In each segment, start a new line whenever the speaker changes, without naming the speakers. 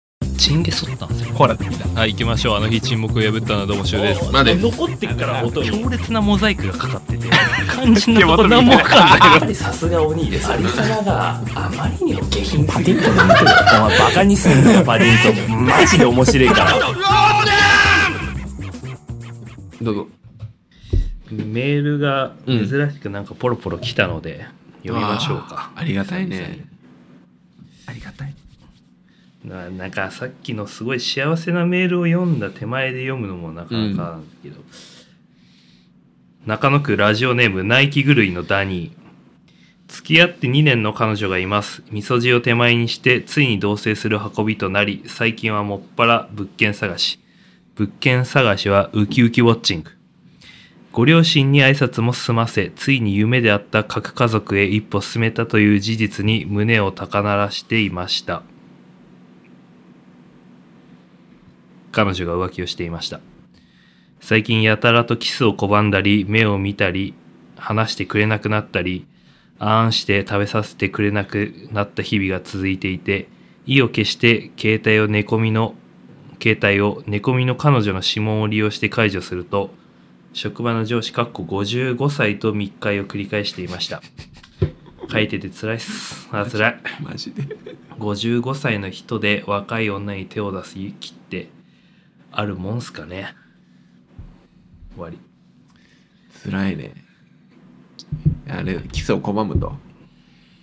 そうなんですよ
コーラできた
はい行きましょうあの日沈黙を破ったのはどうもしゅうです
まあね
残ってっから音に
強
烈なモザイクがかかってて感じ
のとこ何もわ
かんない
やっぱりさすがお兄です。アリサナがあまりにも下品パディントンの見てる。お前バカにすんなよパディントン。マジで面白いから。
どうぞ
メールが珍しくなんかポロポロ来たので読みましょうか
あーありがたいねありがたい
ななんかさっきのすごい幸せなメールを読んだ手前で読むのもなかなかなんだけど、中野区ラジオネームナイキ狂いのダニー付き合って2年の彼女がいますみそじを手前にしてついに同棲する運びとなり最近はもっぱら物件探し物件探しはウキウキウォッチングご両親に挨拶も済ませついに夢であった核家族へ一歩進めたという事実に胸を高鳴らしていました彼女が浮気をしていました最近やたらとキスを拒んだり目を見たり話してくれなくなったりあーんして食べさせてくれなくなった日々が続いていて意を決して携帯を寝込みの携帯を寝込みの彼女の指紋を利用して解除すると職場の上司かっこ55歳と密会を繰り返していました書いてて辛いっすあ辛い
マジで
55歳の人で若い女に手を出す勇気ってあるもんすかね終わり
辛いねあれキスを拒むと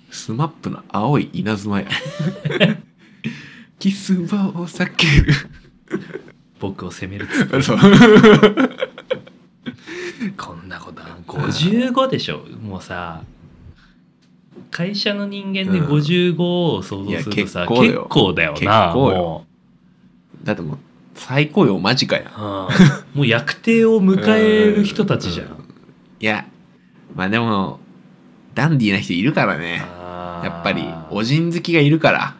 スマップの青い稲妻 やキス場を避ける
僕を責めるつもり
そう
こんなことあん55でしょもうさ会社の人間で
うん
55を想像するとさ、
いや結構だ
結
よ
構だよな
結構よ
も
だってもう最高よマジかよ
う,、うん、もう役定を迎える人たちじゃん、
うんいやまあでもダンディーな人いるからね
あー
やっぱりおじん好きがいるから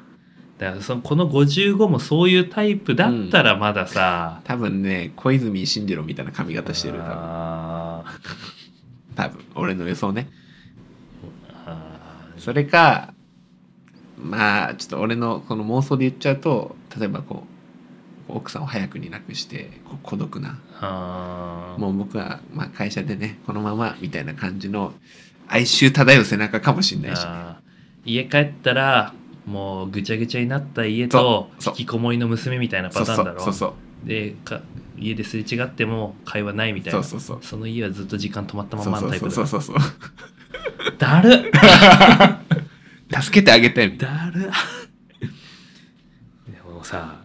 だからそのこの55もそういうタイプだったらまださ、
多分ね小泉進次郎みたいな髪型してる多分
あー
多分俺の予想ね
あー
それかまあちょっと俺のこの妄想で言っちゃうと例えばこう奥さんを早くに亡くしてこう孤独な
あー
もう僕はまあ会社でねこのままみたいな感じの哀愁漂う背中かもしれないし
あー家帰ったらもうぐちゃぐちゃになった家と
そうそ
引
う
きこもりの娘みたいな
そ
パ
う
タ
そ
ーンだ
う
ろ
そうそう
でか家ですれ違っても会話ないみたい
そう
な
そうそう
その家はずっと時間止まったま
そう
まのタイ
そ
プ
う
だ
そうそうそう
だる
助けてあげたいみたい
だる でもさ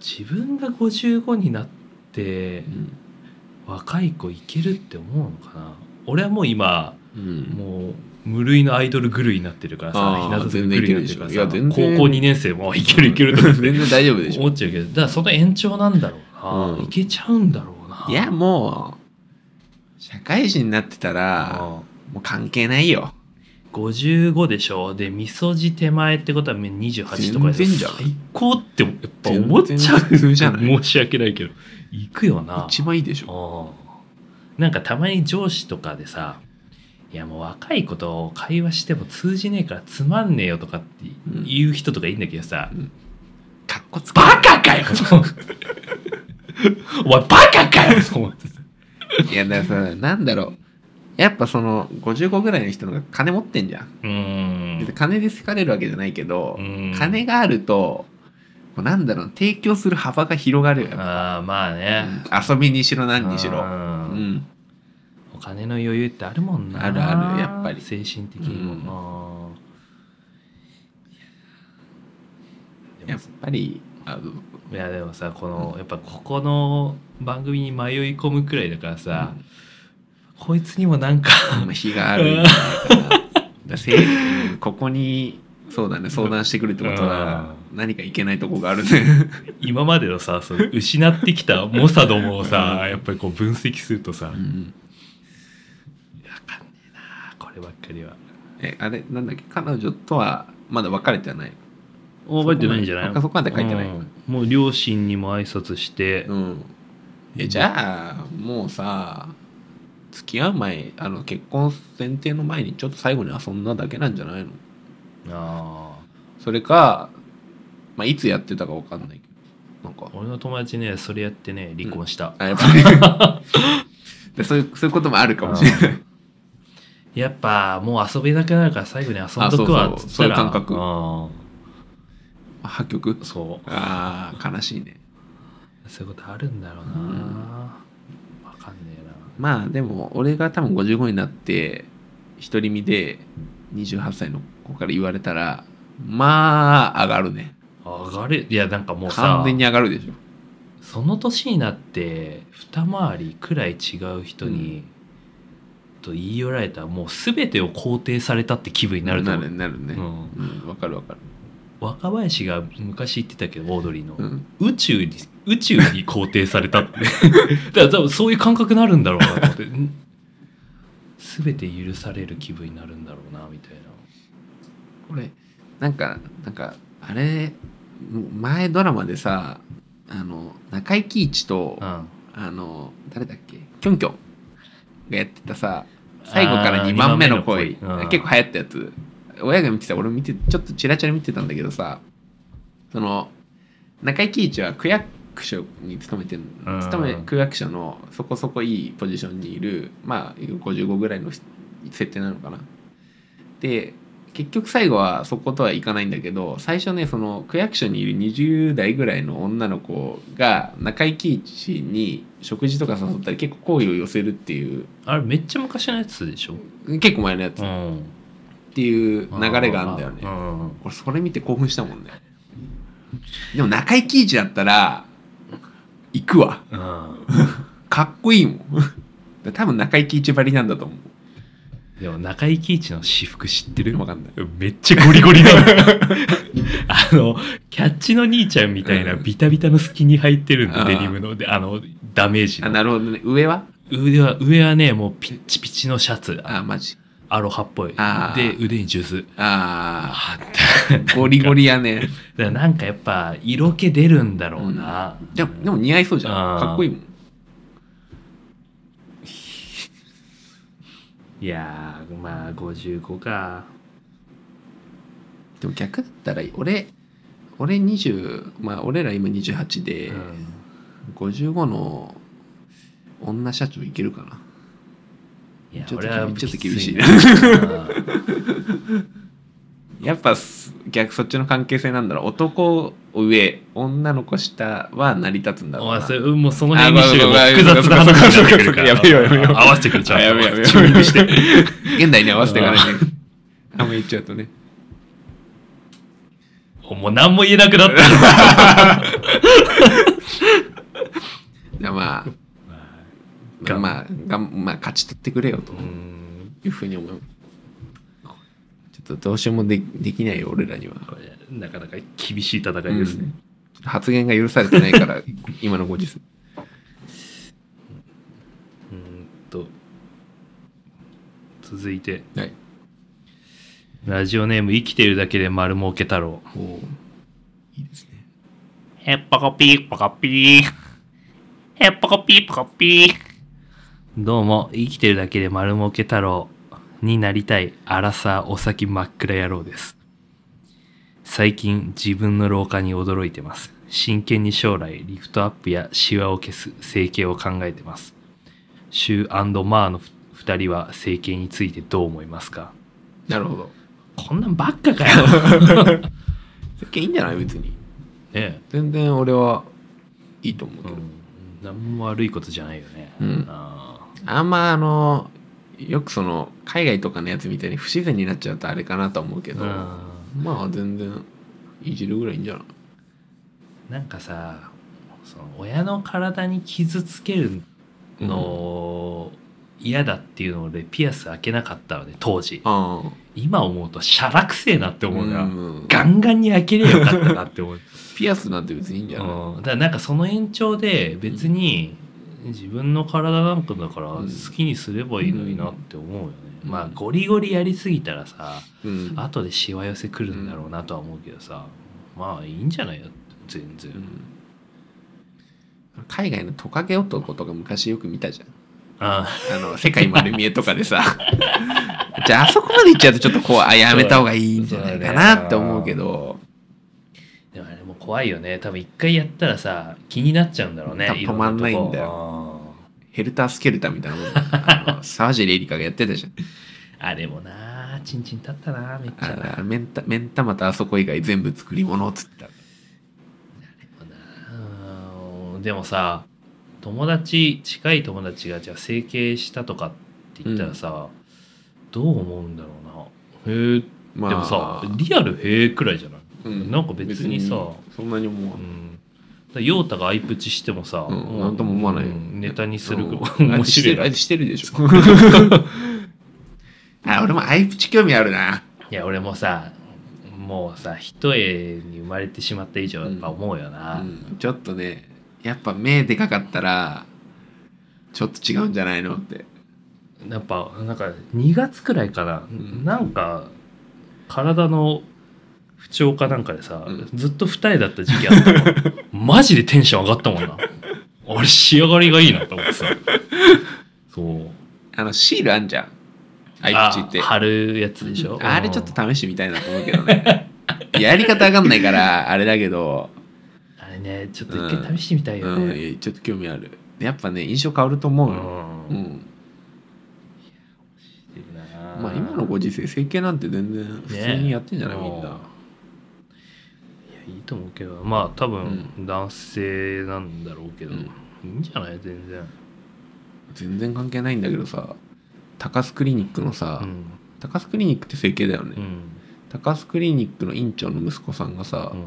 自分が55になって
な
若い子いけるって思うのかな俺はもう今
うん
もう無類のアイドル狂いになってるからさ
あー
日向坂狂いにな
全
ってるから
然いけるでしょいや
さ
全然
高校2年生もいけるいけると思って
全然大丈夫でしょ
思っちゃうけどだからその延長なんだろうな、
うん
いけちゃうんだろうない
いやもう社会人になってたらもう関係ないよ
55でしょでみそじ手前ってことはもう28とかで
全然じゃん
最高ってやっぱ思っちゃ
全
う
然普通じゃない
申し訳ないけど行くよな
一番いいでしょ
うんなんかたまに上司とかでさいやもう若い子と会話しても通じねえからつまんねえよとかって言う人とかいいんだけどさ、
かっこつけ
バカかよ お前バ カかよと思ってさ
いやだからさなんだろうやっぱその55ぐらいの人の方が金持ってんじゃん
うー
別に
ん
金で好かれるわけじゃないけど
うん
金があるとこうなんだろう提供する幅が広がるよやっぱ
ああまあね、
遊びにしろ何にし
う
ろうんん
お金の余裕ってあるもんな
あるあるやっぱり
精神的にも、うん
やっぱりあの
いやでもさこのやっぱここの番組に迷い込むくらいだからさ、こいつにもなんか
まあ日があるんじゃないかなだからせうんここにそうだね相談してくるってことは何かいけないとこがあ るね
今までのさその失ってきた猛者どもをさやっぱりこう分析するとさ、
う
いや
ん
わかんねえなこればっかりは
えあれなんだっけ彼女とはまだ別れてはない
覚えてないんじゃない
そこまで書いてない
うんもう両親にも挨拶して、
うんえじゃあもうさ付き合う前あの結婚前提の前にちょっと最後に遊んだだけなんじゃないの
ああ
それか、まあ、いつやってたか分かんないけどなんか
俺の友達ねそれやってね離婚した、
あやっぱり でそういうそういうこともあるかもしれない
やっぱもう遊べなくなるから最後に遊んどくわ
あ
っ
そうそう
つったら
そういう感覚
う
破局
んそ
ああ悲しいね
うそういうことあるんだろうな、
う
わかんねえな
まあでも俺が多分55になって独り身で28歳の子から言われたらまあ上がるね
上がるいやなんかもうさ
完全に上がるでしょ
その年になって二回りくらい違う人に、と言い寄られたらもう全てを肯定されたって気分になると
な
思う
るなるね
うん
うんわかるわかる
若林が昔言ってたけどオードリーの、
うん
宇宙に宇宙に肯定されたって だから多分そういう感覚になるんだろうなと思ってん全て許される気分になるんだろうなみたいな
これなんかなんかあれ前ドラマでさあの中井貴一と、
うん
あの誰だっけキョンキョンがやってたさ最後から2番目の恋
二番目の恋うん
結構流行ったやつ親が見てた俺見てちょっとチラチラ見てたんだけどさその中井貴一は区役所に勤めてる
うん
勤め区役所のそこそこいいポジションにいるまあ55ぐらいの設定なのかなで結局最後はそことはいかないんだけど最初ねその区役所にいる20代ぐらいの女の子が中井貴一に食事とか誘ったり結構好意を寄せるっていう
あれめっちゃ昔のやつでしょ、
結構前のやつ
う
っ
ん、
ていう流れがあるんだよ
う
ね
ん
俺それ見て興奮したもんねでも中井貴一だったら行くわ
うん
かっこいいもん 多分中井貴一ばりなんだと思う
でも中井貴一の私服知ってる
わかんない
めっちゃゴリゴリだ あのキャッチの兄ちゃんみたいな
うん
ビタビタのスキに入ってるんだ、
あー
デニムのであのダメージ
あ
の
なるほどね上は
腕は上はねもうピッチピチのシャツ
あマジ
アロハっぽい
あ
で
ー
腕にジュース
あ
あーって
ーゴリゴリやね
だからなんかやっぱ色気出るんだろうな、
でもでも似合いそうじゃん
あー
かっこいいもん
いやーまあ55か
でも逆だったら俺俺20まあ俺ら今28で、
うん
55の女社長いけるかない
や
ちょっと
俺は
ちょっと厳しい
な
なやっぱす逆そっちの関係性なんだろう男上女の子下は成り立つんだろう
お
な
前それも うその辺にしても複雑な
あごめんごめん
話になってくるから
そうかそうかそうかやめようやめよう
合わせてくれちゃう
あやべやべやべ
注入して
現代に合わせていかないねあんま言っちゃうとね
もう何も言えなくなった
じゃあまあ
が
まあがんまあ勝ち取ってくれよと
うん
いうふうに思うちょっとどうしようもでできないよ俺らには
これなかなか厳しい戦いですね、
発言が許されてないから今のご時世
うーんと続いて
はい
ラジオネーム生きてるだけで丸儲け太郎
おーいいですね
へっぽこぴーぽこぴー。へっぽこぴーぽこぴー。
どうも生きてるだけで丸儲け太郎になりたいアラサーお先真っ暗野郎です最近自分の老化に驚いてます真剣に将来リフトアップやシワを消す整形を考えてますシューマーの2人は整形についてどう思いますか
なるほど
こんなんばっかかよ ね
世間いいんじゃない別に
え
全然俺はいいと思うけど、
うん、何も悪いことじゃないよね。
うん
あ
あんまあのよくその海外とかのやつみたいに不自然になっちゃうとあれかなとは思うけ
ー
ど、まあ全然いじるぐらいいいんじゃない
なんかさその親の体に傷つけるの嫌だっていうのでピアス開けなかったので当時
ああ
今思うとシャラくせえなって思うから、
うん
ガンガンに開ければよかったなって思う、
ピアスなんて別にいいんじゃない、
うん、だからなんかその延長で別に自分の体なんかだから
うん
好きにすればいいのになって思うよね、
うん
まあゴリゴリやりすぎたらさ、
うん
後でしわ寄せくるんだろうなとは思うけどさ、まあいいんじゃないよ全然、
うん海外のトカゲ男とか昔よく見たじゃん
あ
あの世界丸見えとかで さじゃああそこまで行っちゃうとちょっとこうあやめた方がいいんじゃないかなって思うけど
でもあれも怖いよね多分一回やったらさ気になっちゃうんだろうね
多分止まんないんだよ
ろなとこ
ヘルタースケルターみたいなもんだあの沢尻エリカがやってた じゃん
あれもなちんちん立ったなめっちゃ
あ
な
のあのメンタメンタまたあそこ以外全部作り物っつってた
うんでもさ友達近い友達がじゃあ整形したとかって言ったらさ、どう思うんだろうなへえ
まあ
でもさリアルへえくらいじゃない、
うん
なんか別にさ
そんなに思
う
わない
んだから陽太がアイプチしてもさ、
うん
も
なんとも思わないよ
うんネタにするぐら
う
い
んあれ
面
して
白い
る
な
あ
い
れしてるでしょ あ俺もアイプチ興味あるな
や俺もさもうさ一重に生まれてしまった以上やっぱ思うよな、
うんちょっとねやっぱ目でかかったらちょっと違うんじゃないのって
やっぱなんか2月くらいかな、
ん
なんか体の不調かなんかでさ、
うん
ずっと二重だった時期あったもん マジでテンション上がったもんな俺仕上がりがいいなと思って さそう
あのシールあんじゃんアイプチって
あ貼るやつでしょ、
あれちょっと試してみたいなと思うけど ねやり方わかんないからあれだけど、
あれねちょっと一回試してみたいよ
う
ね、
ん、いやちょっと興味あるやっぱね印象変わると思うよ、
う
うんん、
いいな
まあ今のご時世整形なんて全然普通にやってんじゃない、みんな
うんいやいいと思うけどまあ多分
う
男性なんだろうけど、
うん
いいんじゃない全然、
全然関係ないんだけどさ高須クリニックのさ、
うん
高須クリニックって整形だよね、
うん
高須クリニックの院長の息子さんがさ、
うん、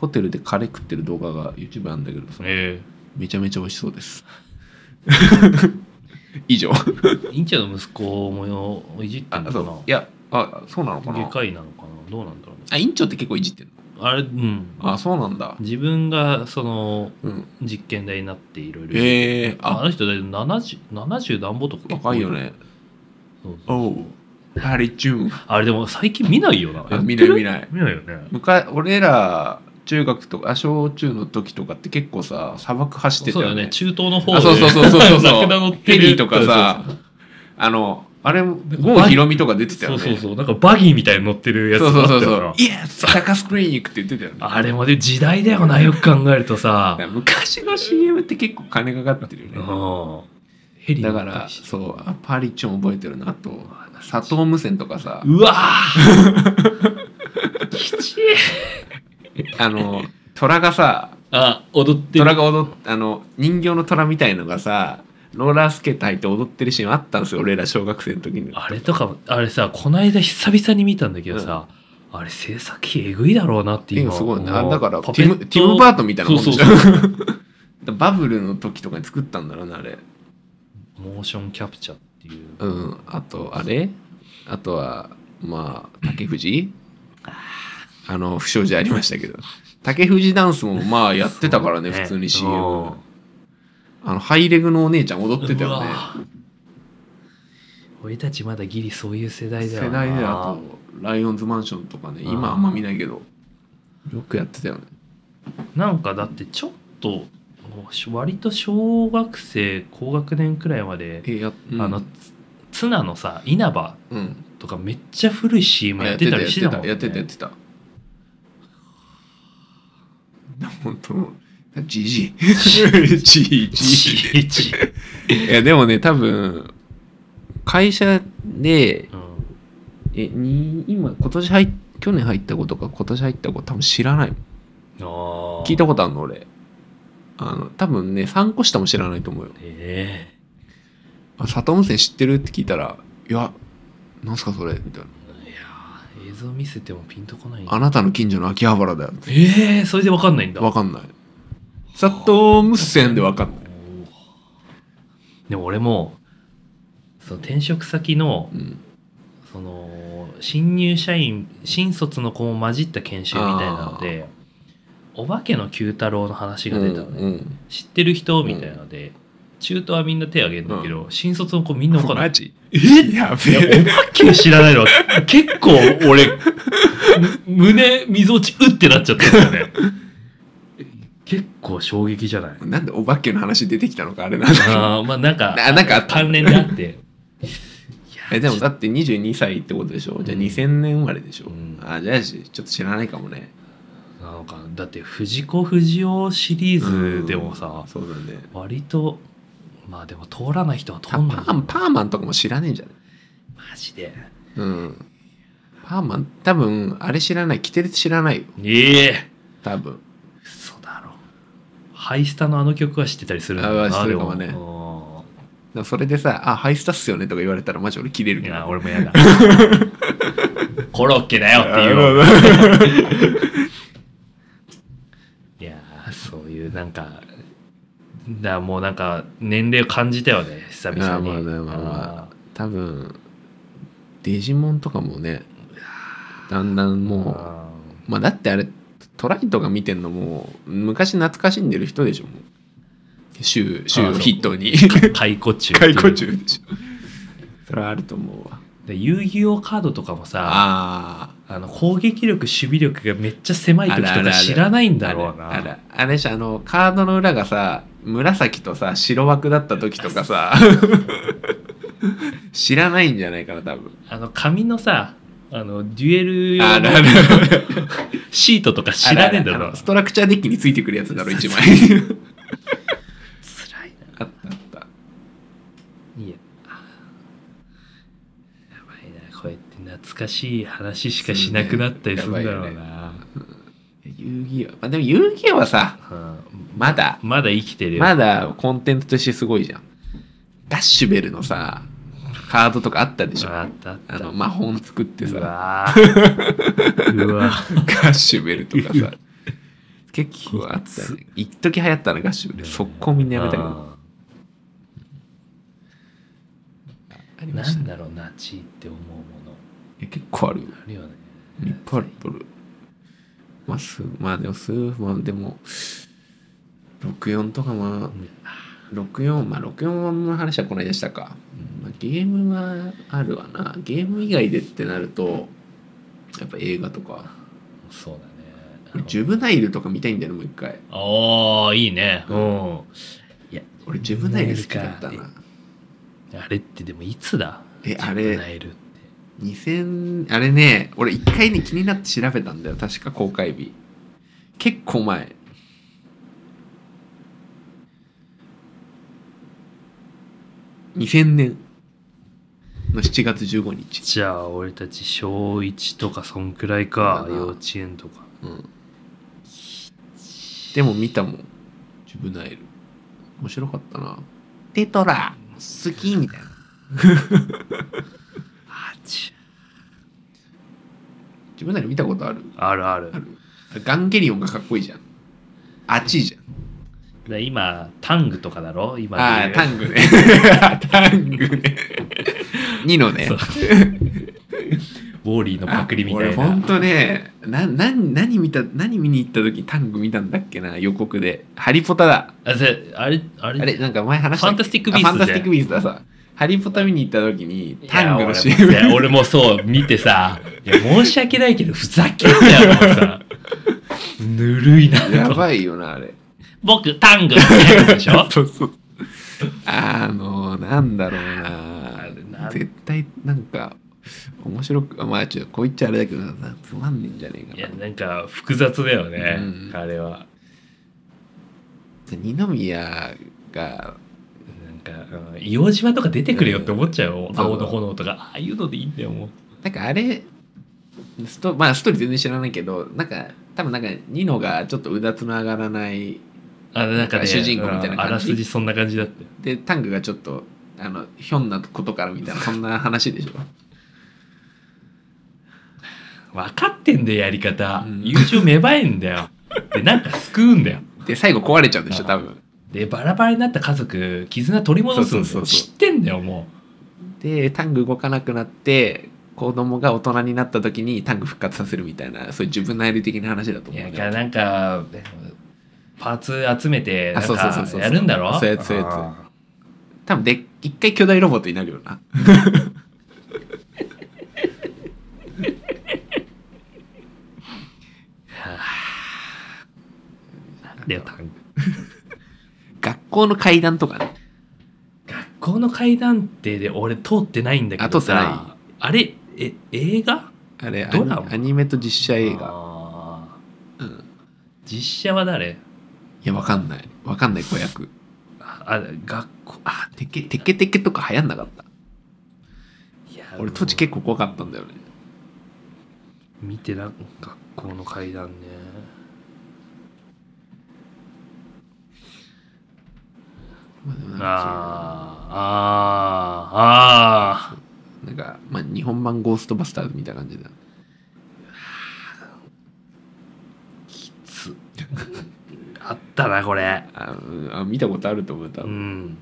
ホテルでカレー食ってる動画が YouTube あるんだけどさ、
え
めちゃめちゃ美味しそうです 以上
え院長の息子もいじってん
あ
の
そ
か
ういやあそうなのか
な
な
外科医なのかなどうなんだろうね
あ院長って結構いじってる
あれうん
のあそうなんだ
自分がその
うん
実験台になっていろいろ
えー、
あ
あ
の人だい 70, 70何歩とか結構
高いよね
そうそう
おうハリチューン
あれでも最近見ないよな
あ見ない見
い
ない
見ないよね
昔俺ら中学とかあ小中の時とかって結構さ砂漠走ってた
そうだ
よ
よね
ね
中東の方
あそうそうそうそう そう
ラ
そ
ク
う
ダ乗って
ヘ
る
リとかさあのあれも郷ひろみとか出てたよ
そう
ね
そうそうなんかバギーみたいに乗ってるやつ
そう
も
そ
あ
う
った
そ
よ
う
な
そうイエス高須クリニックって言ってたよね
あれもで時代だよなよく考えると
だ
さ
から昔の CM って結構金かかってる
う
よね
んヘリ
だ
の
からそうあパリチョン覚えてるなあと佐藤無線とかさ
うわーきちい
あの虎がさ
あ踊って
虎が踊っあの人形の虎みたいのがさローラースケート履いて踊ってるシーンあったんですよ俺ら小学生の時に
あれとかもあれさこないだ久々に見たんだけどさ、あれ制作費えぐいだろうなって
今
今
すごいね
思
あ
う
だから
パ
テ
ペ
ィ
ット
ムティム・バートンみたいなもんでしょ
そうそう
バブルの時とかに作ったんだろうなあれ
モーションキャプチャーっていう
うんあとあれあとはまあ竹藤あの不祥事ありましたけど竹藤ダンスもまあやってたからね普通に CM
うん
あのハイレグのお姉ちゃん踊ってた
う
よ
わ
ね
ぁ俺たちまだギリそういう世代だよな
世代であとライオンズマンションとかね今あんま見ないけどよくやってたよね
なんかだってちょっともう割と小学生高学年くらいまで、
えや、うん、
あのツツナのさ稲葉
うん
とかめっちゃ古い CM やってたりしてたもん、ね、
やってたやってたやって た本当じじいじいじ
いちいち
いいやでもね多分会社で
うん
えに今今年入っ去年入った子とか今年入った子多分知らないもん
あー
聞いたことあるの俺あの多分ね3個下も知らないと思うよ
え
「あ里温泉知ってる?」って聞いたら「いやなんすかそれ」みたいな
えいやー映像見せてもピンとこない
「あなたの近所の秋葉原だよ」
ええそれでわかんないんだ
わかんない佐藤無線でわかんない、
でも俺もその転職先の
うん、
その新入社員新卒の子も混じった研修みたいなのでお化けの九太郎の話が出たのね、
うんうん
知ってる人みたいなので、中途はみんな手挙げるんだけど、新卒の子みんなわかんない
マジえやべえ
お化け知らないのは結構俺む胸みぞおちうってなっちゃったんだよね結構衝 撃じゃない
なんでお化けの話出てきたのかあれなんだ
あーまあなんか
あなんかあった
関連であっていや
えでもだって22歳ってことでしょじゃあ
うん
2000年生まれでしょ、
うん
あじゃあちょっと知らないかもね
あのかなだって藤子不二雄シリーズでもさ、
うんそうだね
割とまあでも通らない人は通
パ
んない
ンパーマンとかも知らねえんじゃない
マジで
うんパーマン多分あれ知らない規定知らないよ
ええ
多分
嘘だろハイスタのあの曲は知ってたりするんだろう
あ
な
知って
で
るかも
も
ね
ね
でもそれでさ「あハイスタっすよね」とか言われたらマジ俺切れる
い
けど
や、俺も嫌 だ。コロッケだよっていうわ。いやー、そういうなんか、だもうなんか年齢を感じたよね、久々に。
あーまあねまあま
あ
多分デジモンとかもねだんだん
ー
も
あ
うまあだってあれトライとか見てんのもう昔懐かしんでる人でしょもう週週をヒット に
ー。解雇中。
解雇。中でしょそれはあると思うわ
で遊戯王カードとかもさ、あ
あ
の攻撃力、守備力がめっちゃ狭い時
あ
と
るあ
か
るある
知らないん
ー
だろうな。
あれあれあれでしょあのカードの裏がさ紫とさ白枠だった時とか さ知らないんじゃないかな多分
あの紙のさ、あのデュエル
あ
用
る
の
ある
シートとか知らねえん
あ
だろう
の
な。
ストラクチャーデッキについてくるやつだろ一枚
辛いな。
あったあった
いや。やばいな、こうやって懐かしい話しかしなくなったりするんだろうな。
遊戯王まあでも遊戯王はさ
うん
まだ
まだ生きてるよ。
まだコンテンツとしてすごいじゃんダッシュベルのさカードとかあったでしょ
あったあった。
あの魔法作って
う
さ
わーうわ
ガッシュベルとかさ結構あったよね一時流行ったなガッシュベル 速攻みんなやめたけど
あ
あり
ー
ま
な
した
ん
ね
だろうな、地位って思うもの。
いや結構あるよ
あるよね。
いっぱいあるいっぱいあるまあすまあでもすまあでも64とかも64まあ64の話はこの間したか、まあ、ゲームはあるわなゲーム以外でってなるとやっぱ映画とか
そうだねあ
俺
の。
ジュブナイルとか見たいんだよねもう一回
ああ、いいね。
う
うん。
俺ジュブナイル好きだったな
あれってでもいつだ
えあ
ジャックナ
れ
イルって。
2000あれね俺一回ね気になって調べたんだよ確か公開日結構前2000年の7月15日
じゃあ俺たち小1とかそんくらいか
だな
幼稚園とか
うんでも見たもんジュブナイル面白かったなテトラ好きみたいな
あち
ジュブナイル見たことある
あるある
あるガンゲリオンがかっこいいじゃんあっちいじゃん
で今タングとかだろ今
ああ
で言う
タングね タングね2のね
そうウォーリーのパクリみた
あ
い
俺ほん
な
とねなな何見た何見に行った時にタング見たんだっけな予告で「ハリポタだ」
あぜあれあれ
あれなんか前話したっけ
ファンタスティックビースト
あファンタスティックビーストださハリポタ見に行った時に
いや
タングの
俺
CM
いや俺もそう見 てさいや申し訳ないけどふざけんなよもうさぬるいな
や
と
ばいよなあれ
僕タングってやつでし ょ
そうそうあのなんだろう
あれ
な
な
絶対なんか面白くあまあちょっとこう言っちゃあれだけどなつまんねえんじゃねえ
い
か
や
な
なんか複雑だよね、
うん
あれは
二宮が
なんか、うん硫黄島とか出てくれよって思っちゃうよ、
うん
青の炎とかああいうのでいいんだよもう
なんかあれストまあストーリー全然知らないけどなんか多分なんかニノがちょっとうだつの上がらない
あなんか、ね、
主人公みたいな感じ
あらすじそんな感じだって
でタングがちょっとあのひょんなことからみたいなそんな話でしょ
分かってんだよやり方、
うん
友情芽生えんだよでなんか救うんだよ
で最後壊れちゃうんでしょ多分
でバラバラになった家族絆取り戻すんだよ
そうそうそうそう
知ってんだよも
でタング動かなくなって子供が大人になった時にタング復活させるみたいなそういう自分なり的な話だと
うい
思う
や
ん
だ
だ
か
よ
らなんかパーツ集めて
あ
なん
そうそうそうそ
か
う
やるんだろ
そうやつそうやつ
あ
多分で一回巨大ロボットになるよな
ーなんだよタング
学校の階段とかね
学校の階段ってで俺通ってないんだけどさ
あ通って
あれえ映画
あれア
ド
ニ
ラマ
アニメと実写映画
あ
うん
実写は誰
いや、わかんない。わかんない子役。
あ、あ学校、あ、
てけ、てけてけとか流行んなかった。
いや、
俺、当時結構怖かったんだよね。
見てな、学校の階段ね。
まあでもなんか
あー、あー、
な
あー。
んか、まあ、日本版ゴーストバスターズみたいな感じだ。
つあったな、これ。
あうんあ見たことあると思う多
う
分
ん。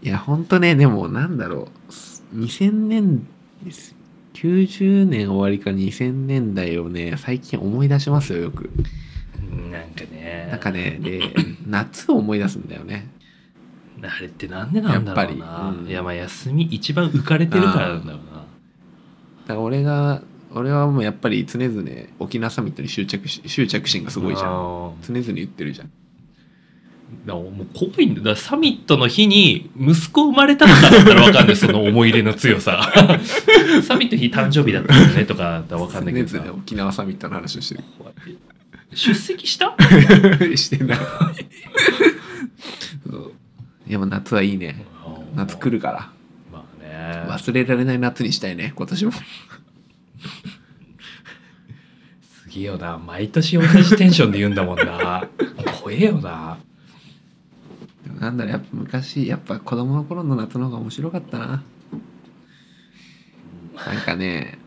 いや、ほんとね、でも、なんだろう。2000年です。90年終わりか2000年代をね、最近思い出しますよ、よく。
なんかね。
なんかね、 で、夏を思い出すんだよね。
あれってなんでなんだろうな。
やっぱりうん
いや、まあ休み一番浮かれてるからなんだろうな。
だから俺が、俺はもうやっぱり常々沖縄サミットに執着し、執着心がすごいじゃ
あ
ん。
ー
常々言ってるじゃん。
だからもう怖いんだよ。だからサミットの日に息子生まれたのかだったらわかんない。その思い入れの強さ。 サミット日誕生日だったよねとかだったらわかんないけど
常
さ
々。沖縄サミットの話をして
出席した
る。 してない。そういや、もう夏はいいね。夏来るか
まあ
ら。
ね。
忘れられない夏にしたいね、今年も。
すげえよな。毎年同じテンションで言うんだもんな。 怖えよな。
でもなんだろう、やっぱ昔、やっぱ子供の頃の夏の方が面白かったな。なんかね、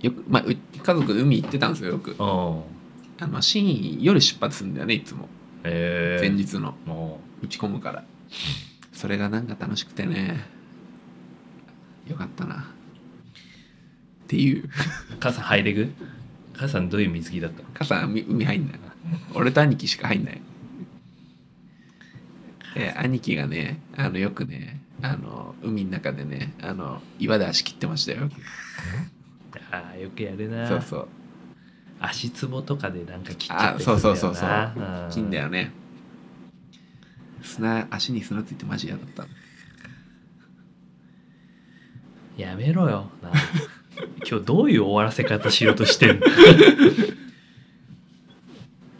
よく、まあ、う家族で海行ってたんですよ、よく。
うん。
あの、深夜夜出発するんだよね、いつも。
ええ
前日の。
も
打ち込むから。それがなんか楽しくてね、よかったな。っていう。
う母さん入れぐ母さんどういう水着だったの
傘海海入んない俺と兄貴しか入んないで兄貴がねあのよくねあの海の中でねあの岩で足切ってましたよ
ああよくやるな
そうそう
足つぼとかでなんか切っちゃ
あ
ったりす
そうん
るだよな
そうそうそう
うん
金だよね砂足に砂ついてマジ嫌だった
やめろよなあ 今日どういう終わらせ方しようとしてんの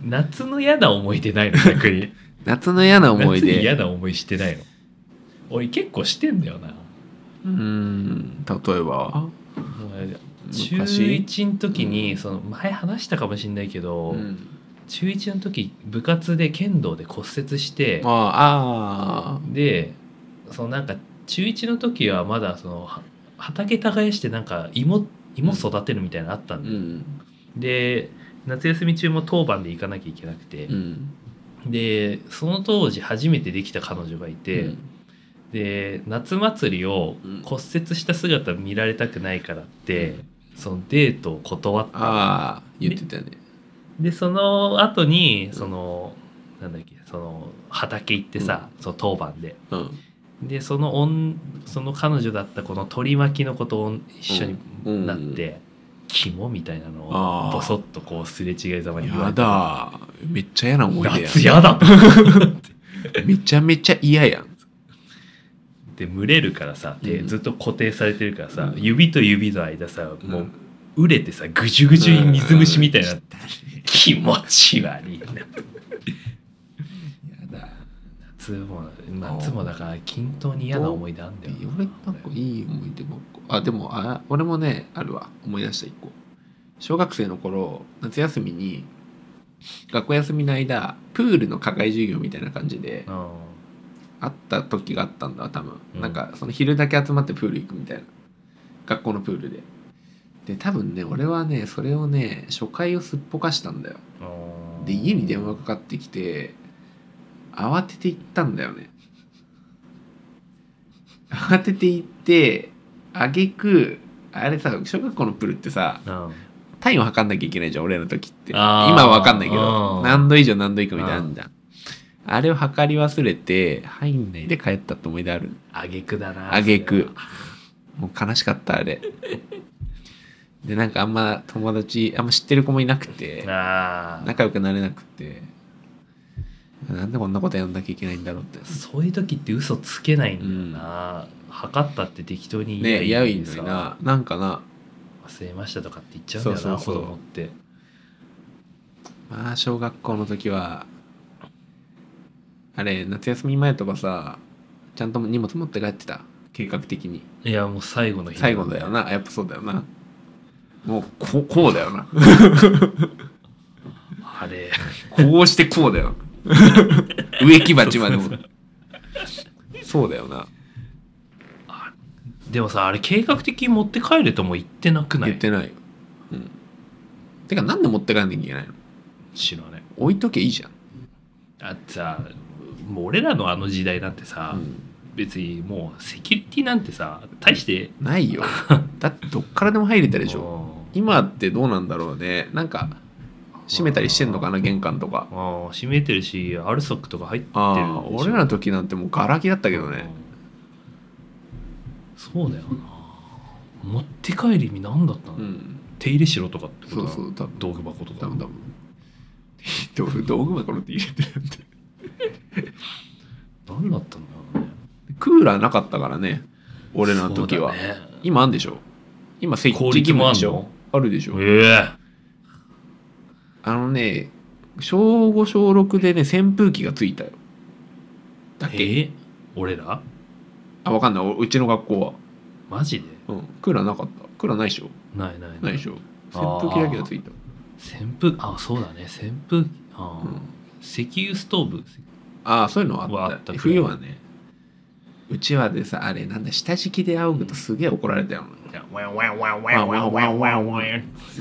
夏の嫌な思い出ないの逆に
夏の嫌な思い
夏に
出
嫌
う
な思いしてないのおい結構してんだよな
ーん例えば
もう中
昔
1の時にその前話したかもしれないけど、
うん
中1の時部活で剣道で骨折して
ああ
でそのなんか中1の時はまだそのは畑耕してなんか芋芋育てるみたいなのあった
あー
ん
う
で,、
ん
で夏休み中も当番で行かなきゃいけなくて
う、ん
でその当時初めてできた彼女がいて、
うん
で夏祭りを
うん
骨折した姿見られたくないからって、そのデートを断った
ああ言ってたね
でその後にその、なんだっけその畑行ってさ、その当番で
うん
でその女その彼女だったこの取り巻きの子と一緒になって、
うん
肝みたいなの
あ
を
ー
ボソッとこうすれ違いざまに言わ
や
れた
だめっちゃ嫌な思い出や
夏やだ
めちゃめちゃ嫌やん
で蒸れるからさで
うん
ずっと固定されてるからさ、
うん
指と指の間さもう
も
熟れてさぐじゅぐじゅに水虫みたいな、気持ち悪いな
うやだ
夏も夏もだから均等に嫌な思い出あんだよな
俺なんかいい思い出ばっかあでもあ俺もねあるわ思い出した一個小学生の頃夏休みに学校休みの間プールの課外授業みたいな感じで
うん
あった時があったんだ多分、
うん
なんかその昼だけ集まってプール行くみたいな学校のプールでで多分ね俺はねそれをね初回をすっぽかしたんだよ
うん
で家に電話かかってきて慌てて行ったんだよね慌てて行ってあげくあれさ小学校のプールってさ
うん
体温測んなきゃいけないじゃん俺の時って今
あー
は分かんないけ
う
ど
ん
何度以上何度以下みたいなのあんじゃんあれを測り忘れて入んないで帰ったって思い出ある
あげくだな
あげく
そ
もう悲しかったあれ でなんかあんま友達あんま知ってる子もいなくて
れはあー
仲良くなれなくてなんでこんなことやんなきゃいけないんだろうって
そういう時って嘘つけないんだよな、測ったって適当に
ねえ
りゃ
やい
の
ん
に
の
さ
にななんかな
忘れましたとかって言っちゃうんだよな
そうそうそう
子供って
まあ小学校の時はあれ夏休み前とかさちゃんと荷物持って帰ってた計画的に
いや、もう最後の日。
最後だよ。なやっぱそうだよなもうこうこうだよな
あれ。
こうしてこうだよ 植木鉢までもそうだよな
でもさ、あれ計画的に持って帰れとも言ってなくな
言っ
い
てないよ、うん、てかなんで持って帰んなきゃいけないの
知らね。
置いとけいいじゃん、
だってさ、もう俺らのあの時代なんてさ、
うん
別にもうセキュリティなんてさ、大して。
ないよだってどっからでも入れたでしょ
ょ。
今ってどうなんだろうねなんか閉めたりしてんのかな玄関とか
ああ、閉めてるし、アルソックとか入ってるでしょ
ああ俺らの時なんてもうガラ空きだったけどね
うん。そうだよな。持って帰る意味何だったの、
うん
手入れしろとかってこ
そ
とだ
うそう多分
道具箱とか。
多分多分道具道具箱のって入れてるって
何だったんだろうね。
クーラーなかったからね俺らの時は、
そうだね
今あんでしょ今石器
氷機もあん
で
の
しょあるでしょ
ええ
あのね小5小6でね扇風機がついたよだっ
え
け、
ー俺ら
あわかんないおうちの学校は、
マジで
うん、クーラーなかったクーラーないでしょ
ないない
ないでしょ扇風機だけがついた
扇風あそうだね扇風機あ
あ,、
ー、
うん、
石油ストーブ
あーそういうのはあった
はあったけど
冬はねうちはでさあれなんだ下敷きで仰ぐとすげえ怒られたよ、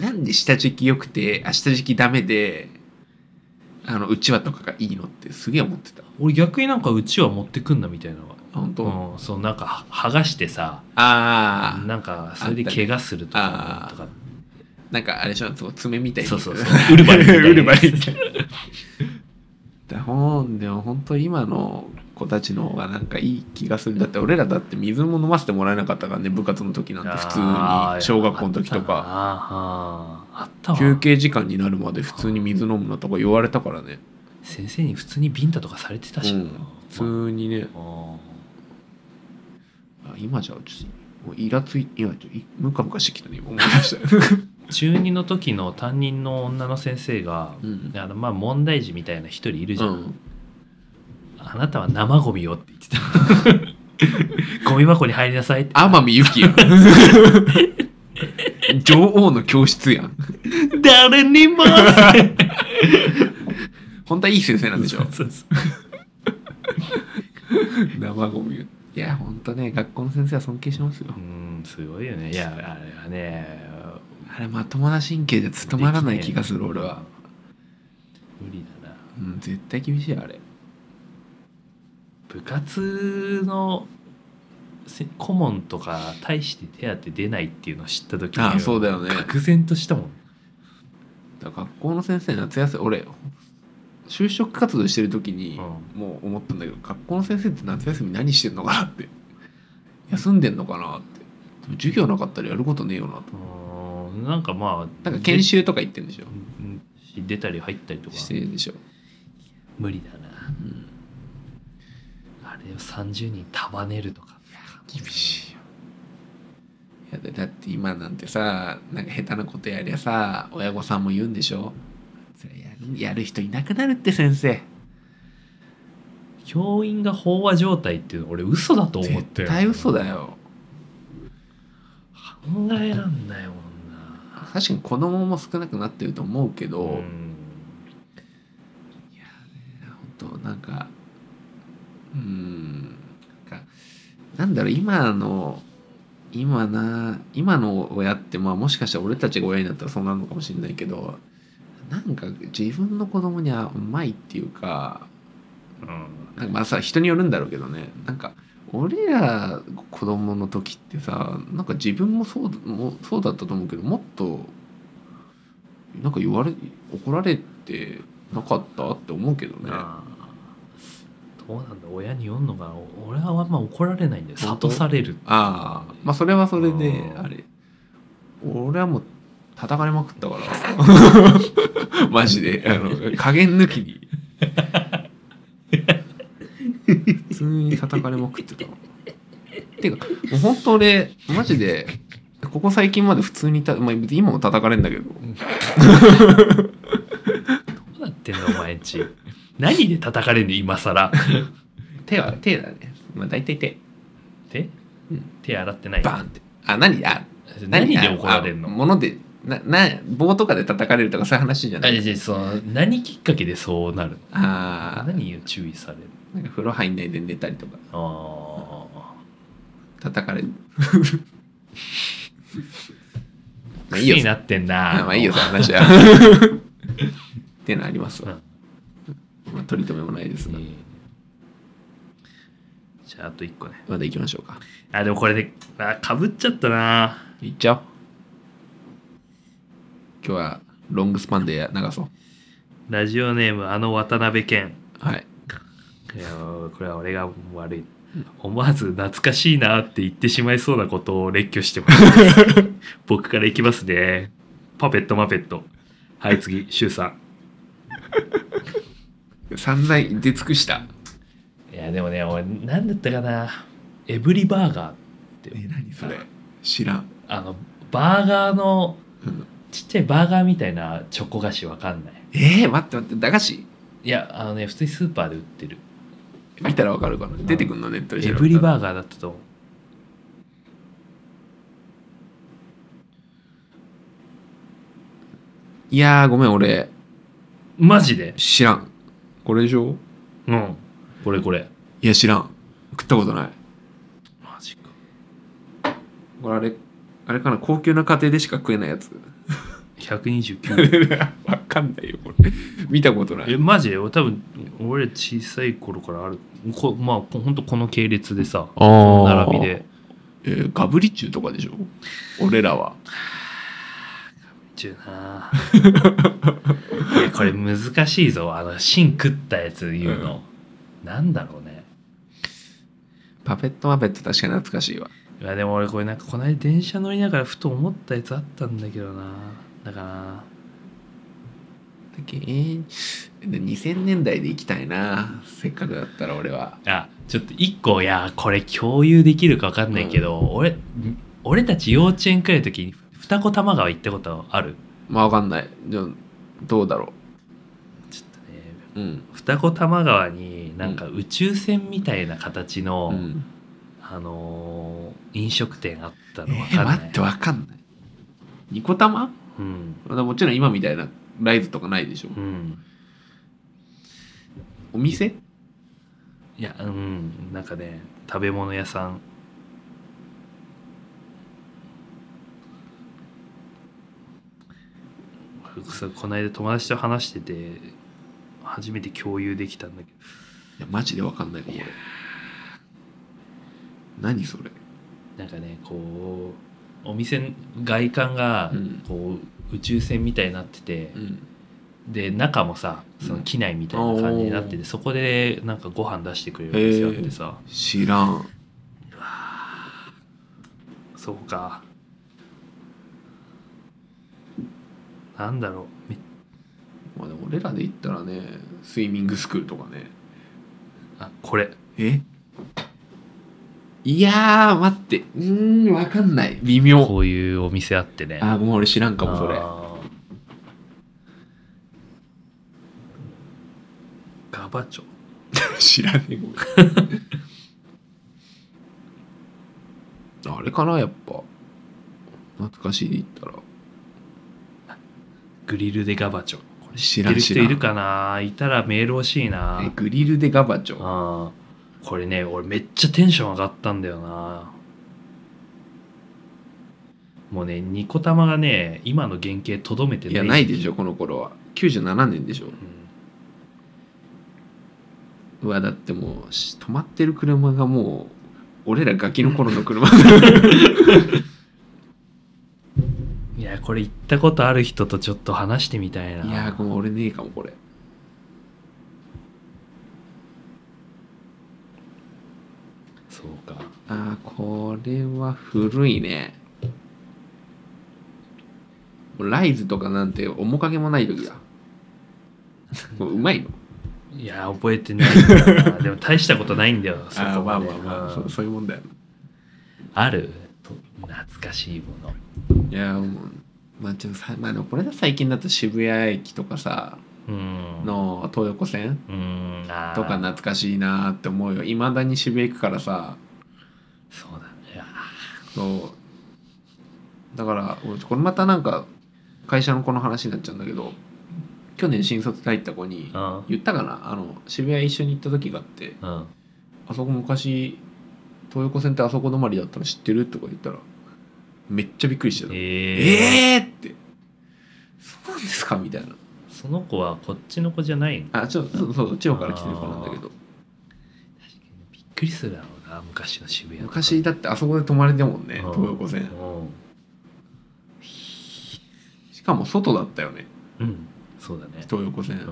なんで下敷き良くてあ下敷きダメであのうちわとかがいいのってすげえ思ってた
俺逆になんかうちは持ってくんなみたいなのが
あ本当、あ
うん、そうなんかは剥がしてさ
あー
なんかそれで怪我するとかなん
あ
と
っ
か
なんかあれでしょそう爪みたいに
そうそうそう ウルバリンみたいな
ウルバリンみたいなだほん でも本当今の子たちの方がなんかいい気がするだって俺らだって水も飲ませてもらえなかったからね部活の時なんて普通
あー
に小学校の時とか
あーあーあったわ
休憩時間になるまで普通に水飲むなとか言われたからね
先生に普通にビンタとかされてたしな、
うん
ま
普通にね
ああー
あ今じゃちょっともうイラつい今ちょっといムカムカしてきたね今思いました、
中2の時の担任の女の先生が、
うん
あのまあ問題児みたいな一人いるじ
う
ゃん、
ん、
あなたは生ゴミよって言って たゴミ箱に入りなさいって
天海祐希やん女王の教室やん
誰に も
本当はいい先生なんでしょ
そうそう
生ゴミいや本当ね学校の先生は尊敬しますよ
うんすごいよねいやあれはね
あれまともな神経じゃ務まらない気がする俺は、
無理だな
うん、絶対厳しいよあれ
部活のせ顧問とか大して手当て出ないっていうのを知った時に
ああそうだよね
愕然としたもん
だから学校の先生夏休み俺就職活動してる時に
う
もう思ったんだけど、学校の先生って夏休み何してんのかなって休んでんのかなってでも授業なかったらやることねえよなと
うんなんかまあ
なんか研修とか行ってんでしょ
うん出たり入ったりとか
してるでしょ、
無理だなあれを30人束ねるとか
厳しいよいやだだって今なんてさなんか下手なことやりゃさ親御さんも言うんでしょそれやるやる人いなくなるって先生
教員が飽和状態っていうの俺嘘だと思って
絶対嘘だよ
考えらんないもんな
確かに子供も少なくなってると思うけど、
うん
本当なんかうーんなんかなんだろう今の今な今の親ってまあもしかしたら俺たちが親になったらそうなるのかもしれないけどなんか自分の子供にはうまいっていうかなんかまあさ人によるんだろうけどねなんか俺ら子供の時ってさなんか自分もそうもうそうだったと思うけどもっとなんか言われ怒られてなかったって思うけどね。
なあどうなんだ親によんのかなお俺はあんま怒られないんだよ
本当
諭される
ああまあそれはそれで
うん
あれ俺はもう叩かれまくったから マジであの加減抜きに普通に叩かれまくってたてかもう本当俺マジでここ最近まで普通にた、まあ、別に今も叩かれんだけどど
ってんだお前んち 何で叩かれんの今更
手は手だねまあ大体手
手
うん
手洗ってない
バーンってあ何あ
何で怒られる
あ
の
物でなな棒とかで叩かれるとかそういう話じゃ
あ
ないい
やいやその何きっかけでそうなるの
ああ
何を注意される
なんか風呂入んないで寝たりとか
のあ
叩か れる
あ
まあいいよ
癖になってんな
あまあいいよその話は っていうのありますわ、まあ、取り留めもないです
え
が
ーじゃああと一個ね
まだ行きましょうか
あでもこれであかぶっちゃったな
行っちゃおう今日はロングスパンで流そう
ラジオネームあの渡辺謙
はい
いやーこれは俺が悪い思わず懐かしいなって言ってしまいそうなことを列挙して ます僕からいきますねパペットマペットはい次シュウさん
散々出尽くした
いやでもね俺何だったかなエブリバーガーって
何それ知らん
あのバーガーの
うん
ちっちゃいバーガーみたいなチョコ菓子わかんない
えー、待って待って駄菓子
いやあのね普通にスーパーで売ってる
見たらわかるかな出てくんのネットで調
エ
べた
ブリ
ら
バーガーだったと思う
いやーごめん俺
マジで
知らんこれでしょ
うんこれこれ
いや知らん食ったことない
マジか
これあれあれかな高級な家庭でしか食えないやつ
129
わかんないよこれ見たことな
え
い
マジで俺多分俺小さい頃からあるこまあこほんとこの系列でさ
あー
並びで
えーガブリチューとかでしょ俺らは
ちゅうないやこれ難しいぞあの芯食ったやつ言うの、なんだろうね
パペットマペット確かに懐かしいわ
いやでも俺これなんかこの間電車乗りながらふと思ったやつあったんだけどなだからな
だっけえーで2000年代で行きたいなせっかくだったら俺は
あちょっと一個いやこれ共有できるか分かんないけど、俺俺たち幼稚園くらいの時に二子玉川行ったことある
まあわかんないじゃあどうだろ
ちょっとね
ううん
二子玉川になんか宇宙船みたいな形の、
うん
あのー飲食店あったの分
え
かんない、
待ってわかんないニコ玉
うん
まだもちろん今みたいなライズとかないでしょ
うん
お店
いやうんなんかね食べ物屋さんそうこの間友達と話してて初めて共有できたんだけど
いやマジでわかんないこれ何それ
なんかねこうお店の外観が
うん
こう宇宙船みたいになってて、
うん
で中もさその機内みたいな感じになってて、
うん
そこでなんかご飯出してくれるお店あってさ、
知らん
そうかなんだろうめ
まあでも俺らで言ったらねスイミングスクールとかね
あこれ
えいやー待ってうーんわかんない微妙
こういうお店あってね
あーごめん俺知らんかもそれ
あーガバチョ
知らねえごめん あれかなやっぱ懐かしいで言ったら
グリルでガバチョこれ知
知
っ
ら
て
ん
る人
知ら
い
ん
るかないたらメール欲しいな
えグリルでガバチョ
あーこれね俺めっちゃテンション上がったんだよなもうねニコ玉がね今の原型とどめて
いやないでしょこの頃は97年でしょ
うん
うわだってもうし止まってる車がもう俺らガキの頃の車
いやこれ行ったことある人とちょっと話してみたいない
いやーごめん俺ねえかもこれ
そうか
あーこれは古いねもうライズとかなんて面影もない時だもううま いの
いや覚えてないんだよ なでも大したことないんだよそこまでうん
そうそういうもんだよ
あると懐かしいもの
いやーもうまあちょっとさまあでもこれが最近だと渋谷駅とかさ
うん。
の東横線
うん。あー
とか懐かしいなーって思うよいまだに渋谷行くからさ
そうだね。
そうだから俺これまたなんか会社のこの話になっちゃうんだけど去年新卒で入った子に
うん。
言ったかなあの渋谷一緒に行った時があって
うん。
あそこ昔東横線ってあそこ止まりだったの知ってるとか言ったらめっちゃびっくりしてた「
ええ
ええー!」って「そうなんですか?」みたいな
その子はこっちの子じゃないの
あちょそうそう地方から来てる子なんだけど
確かにびっくりするだろうな、昔の渋谷とか。
昔だってあそこで止まれてたもんね
うん
東横線
う
しかも外だったよね
ん。うん。そうだね。
東横線
うん。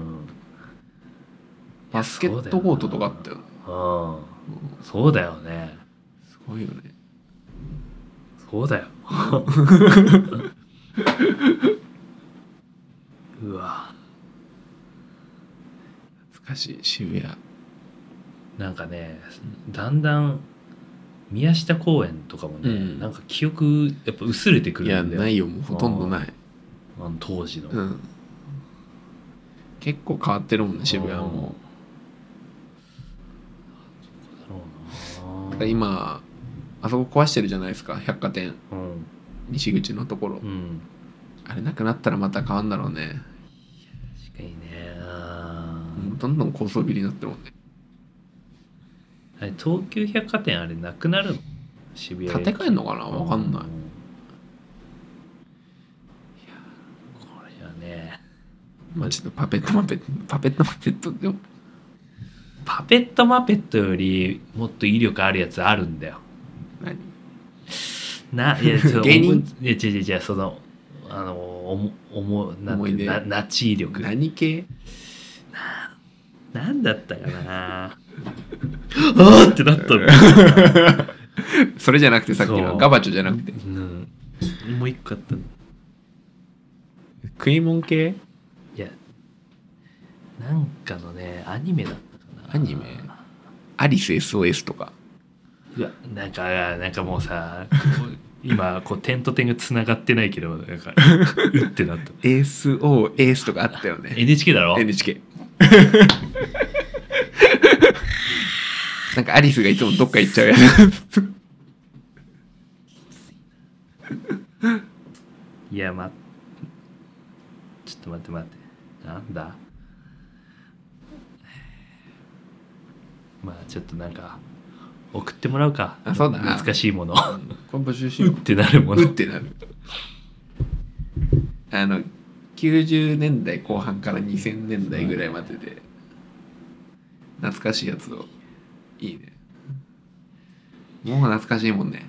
バスケットコートとかあったよね
う
う
ん。
ん
そうだよね。
すごいよね
そう だよ。うわ。
懐かしい渋谷
なんかね、だんだん宮下公園とかもね、
うん
なんか記憶やっぱ薄れてく
い
る
や
んだよ。
ないよもうほとんどない
あの当時の。
うん結構変わってるもんね渋谷も
うん。
だから
だろうな。
今あそこ壊してるじゃないですか百貨店
うん。
西口のところ、
うん。
あれなくなったらまた変わんだろうね、
確かにね。あー
どんどん高層ビルになってるもんね
あれ東急百貨店あれなくなるの渋谷
建て替えんのかなわかんない
いやこれはね
まあちょっとパペットマペットパペットマペットでも
パペットマペットよりもっと威力あるやつあるんだよ
何
ない やちょ
芸人
思いいや違う違う違うそのあのおもおもなん
思
て
い出
なナチ威力
何系
なんだったか なあーってなったの、
それじゃなく てさっき
そ
の
う
ガバチョじゃなくて
うん、もう一個あったの
食い物系
いやなんかのねアニメだったかな
アニメアリス SOS とか
うわなんかなんかもうさこう今こう点と点がつながってないけどなんかうってなった
SOS とかあったよね
NHK だろ
NHK なんかアリスがいつもどっか行っちゃうやつ
いやまちょっと待って待ってなんだまあちょっとなんか送ってもらうか
あそうだな
懐かしい もの
う
うん
これ募集しよう
ってなるも
うっ
の
てなるあの90年代後半から2000年代ぐらいまでで懐かしいやつをいいねもう懐かしいもんね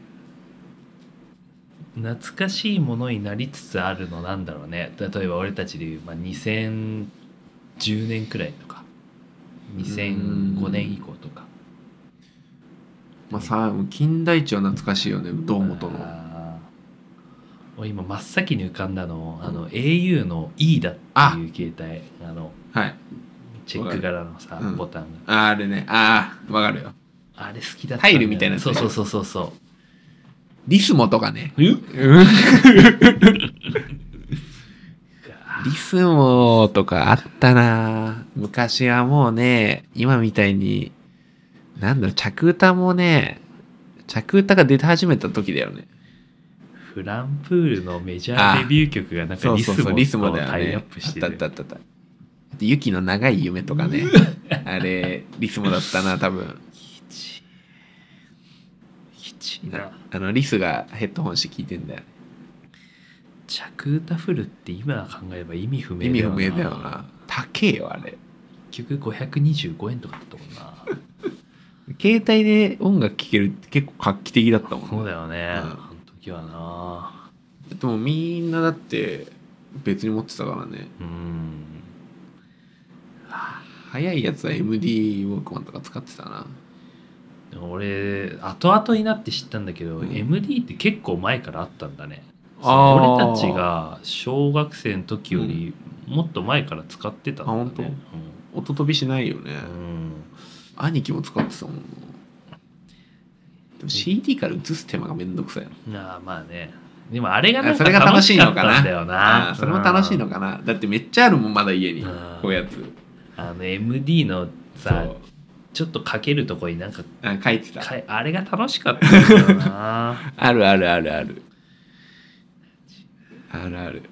懐かしいものになりつつあるのなんだろうね例えば俺たちでいう、まあ、2010年くらいとか2005年以降とか
まあさ金田一は懐かしいよね堂本の
あー俺今真っ先に浮かんだのあの au の E だっていう携帯あの
はい
チェック柄のさ、
うん
ボタンが
ああれねああわかるよ
あれ好きだったんだよね
タイルみたいなやつ
そ
ね
うそうそうそうそ
リスモとかね
うう
うんリスモとかあったな昔はもうね、今みたいに、なんだろう、着歌もね、着歌が出て始めた時だよね。
フランプールのメジャーデビュー曲がなんか
そう
リ
そ
ス
うそう、
モ
リスモ
と
だよ
タイアッ
ね。
プ
あ
し
ってたあ
て
ったあったあった。あと、ユキの長い夢とかね。あれ、リスモだったな、多分。
きちいきちいな
あの、リスがヘッドホンして聞いてんだよね。
着歌フルって今考えれば意味不明
意味不明だよな。高えよ、あれ。
結局525円とかだったもんな
携帯で音楽聴けるって結構画期的だったもんね
そうだよね、
うん
あの時はな
だってもうみんなだって別に持ってたからね
うん
早いやつは MD ウォークマンとか使ってたな
でも俺後々になって知ったんだけど、
うん
MD って結構前からあったんだね
あー
俺たちが小学生の時よりもっと前から使ってたんだ、ね
あ本当音飛びしないよね、
当うん、
兄貴も使ってたもんでも CD から移す手間がめんどくさいな
うん、ああまあねでもあれがなん
あそ
か
れが楽
楽
し
し
い
か
の
っ
か
た
なん
だよな。
あーそれも楽しいの
うん
かなだってめっちゃあるもんまだ家に
うん
こうやつ
あの MD の
そ
さ
う
ちょっとかけるとこになんか
あ書いてた
かいあれが楽しかったんだよな
あるあるあるあるあるある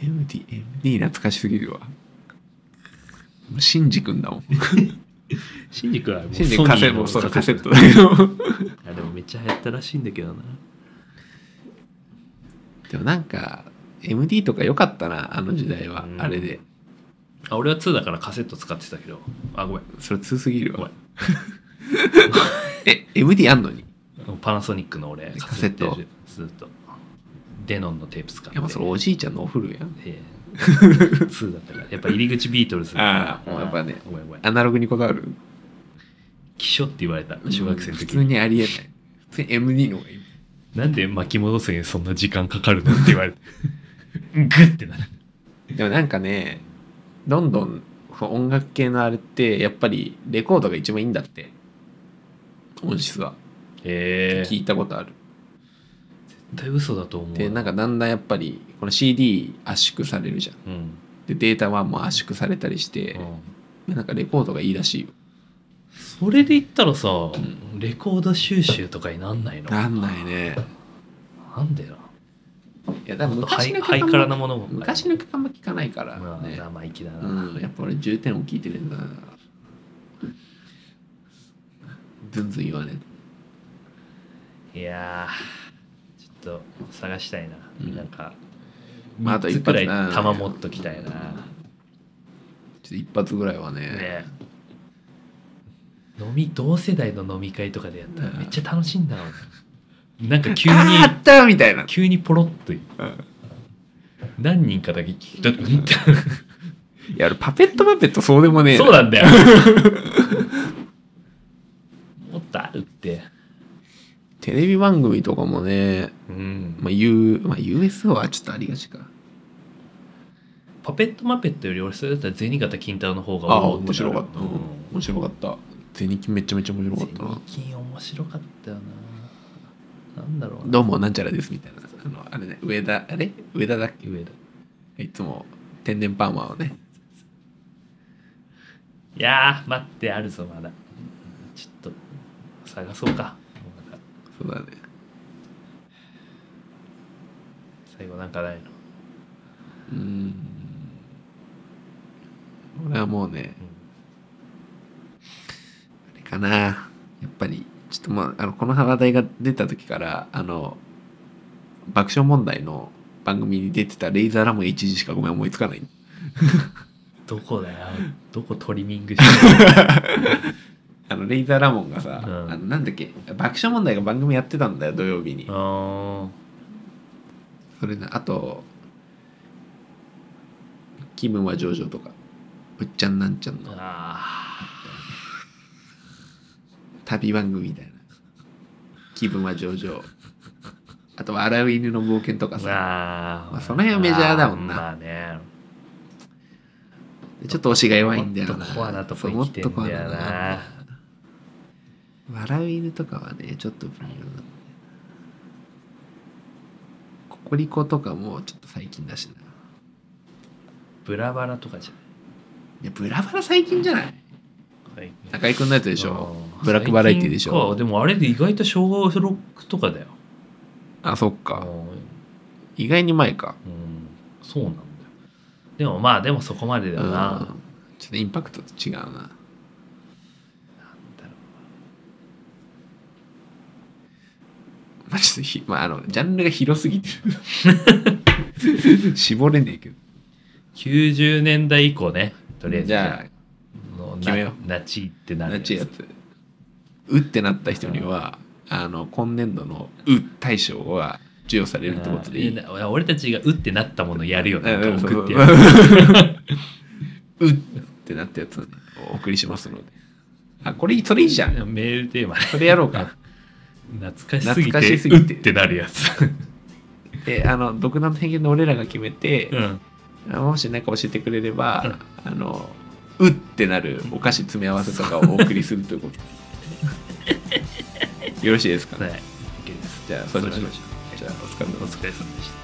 MD, MD 懐かしすぎるわシンジ君だもん
シンジ君はも う
シンジ君カセットそ
ソ
う
ニーの
カセットだけど
あでもめっちゃ流行ったらしいんだけどな
でもなんか MD とか良かったなあの時代は、
うん
あれで
あ俺は2だからカセット使ってたけどあごめん
それ通すぎる
ごめ
わ
ん
え MD あんのに
パナソニックの俺
カセット
ずっとデノンのテープ使って
やっぱそれ おじいちゃんのお古やん
ええ2だったからやっぱ入り口ビートルズだから
ああもうやっぱね
ごめんごめん
アナログにこだわる
気象って言われた小学生の
普
時
通にありえない普通に MD の方がいい
なんで巻き戻すにそんな時間かかるのって言われてグッてなる
でもなんかねどんどん音楽系のあれってやっぱりレコードが一番いいんだって音質は
え
聞いたことある、
絶対嘘だと思う
でなんかだんだんやっぱりこの CD 圧縮されるじゃん
うん、
でデータはもう圧縮されたりして、
うん
なんかレコードがいいらしいよ
それで言ったらさ、
ん
レコード収集とかになんないの
なんないね
なんでよ
いや多分
もっとハイ
昔の
ハイ
曲
カ
あ
ラ
ん
な
ま
ものも
昔の曲あんま聞かないから
まあ、
ね、
生意気だな、
うん、やっぱ俺重点を聞いてるんだなずんずん言わね
いやーちょっと探したいな、
うん
なんか
まああと
3つくらい
一発な
玉持っときたいな、
ちょっと一発ぐらいはね
ね飲み同世代の飲み会とかでやったらめっちゃ楽しいんだろうななんか急に
あーあったみたいな
急にポロッと
ん
何人かだけ聞いたうんって
いや俺パペットパペットそうでもねえな
そうなんだよ もっとあるって
テレビ番組とかもね、
うん
まあ U まあ、USO はちょっとありがちか
パペットマペットより俺それだったら銭形金太郎の方が
ああ
お
面
ーてな
白
る
かった、うん面白かった銭金めちゃめちゃ面白かったな
金面白かったよななんだろうな
どうもなんちゃらですみたいなあのあれね上田あれ上田だっ
上だ
けいつも天然パーマをね
いやー待ってあるぞまだちょっと探そうかまだ
そうだね
最後なんかないの
うーん俺はもうね、あれかなやっぱりちょっとまああのこの話題が出た時からあの爆笑問題の番組に出てたレイザーラモン一時しかごめん思いつかない
どこだよどこトリミングしてる
あのレイザーラモンがさ、
うん
あのなんだっけ爆笑問題が番組やってたんだよ土曜日に、
あ
それなあと「気分は上々」とか「うっちゃんなんちゃん」
ー
の
あ
旅番組みたいな「気分は上々」あと「笑う犬の冒険」とか
ー
さ
あー
まあその辺はメジャーだもんな
まあね
ちょっと推しが弱いんだよな。
もっとコアなとこに来てんだよ
そうもっとコア
な
笑う犬とかはね、ちょっと微妙なんだよなココリコとかもちょっと最近だしな。い
ブラバラとかじゃ
や、ブラバラ最近じゃない
ない
中居君のやつでしょ。
あ
ブラックバラエティでしょ
最近かでもあれで意外と昭和ロックとかだよ
あ、そっ
う
か。
ん
意外に前か。
うんそうなんだよでもまあでもそこまでだ
う
よ
ん
な、
ちょっとインパクトと違うな。まあ、ちょっとひ、まあ、あの、ジャンルが広すぎて る。絞れねえけど。
90年代以降ねとりあえず
じゃあ、
の
決めよ
なナチってなる
な
や
っ
つ
ちやつうってなった人にはあの今年度のう大賞は授与されるってことでいい
いや俺たちがうってなったものやるよね
うん
送って
う
やる
んうってなったやつをねお送りしますのであこれそれいいじゃん
メールテーマ
それやろうか
懐かしすぎ
懐か
て
しすぎて
うってなるや つ
であの独断と偏見の俺らが決めて
う、ん
もし何か教えてくれれば、あのうってなるお菓子詰め合わせとかをお送りするという ことよろしいですかね
はい OK です
じゃあそうしましょうじゃあお疲れ様です
お疲れ様でした。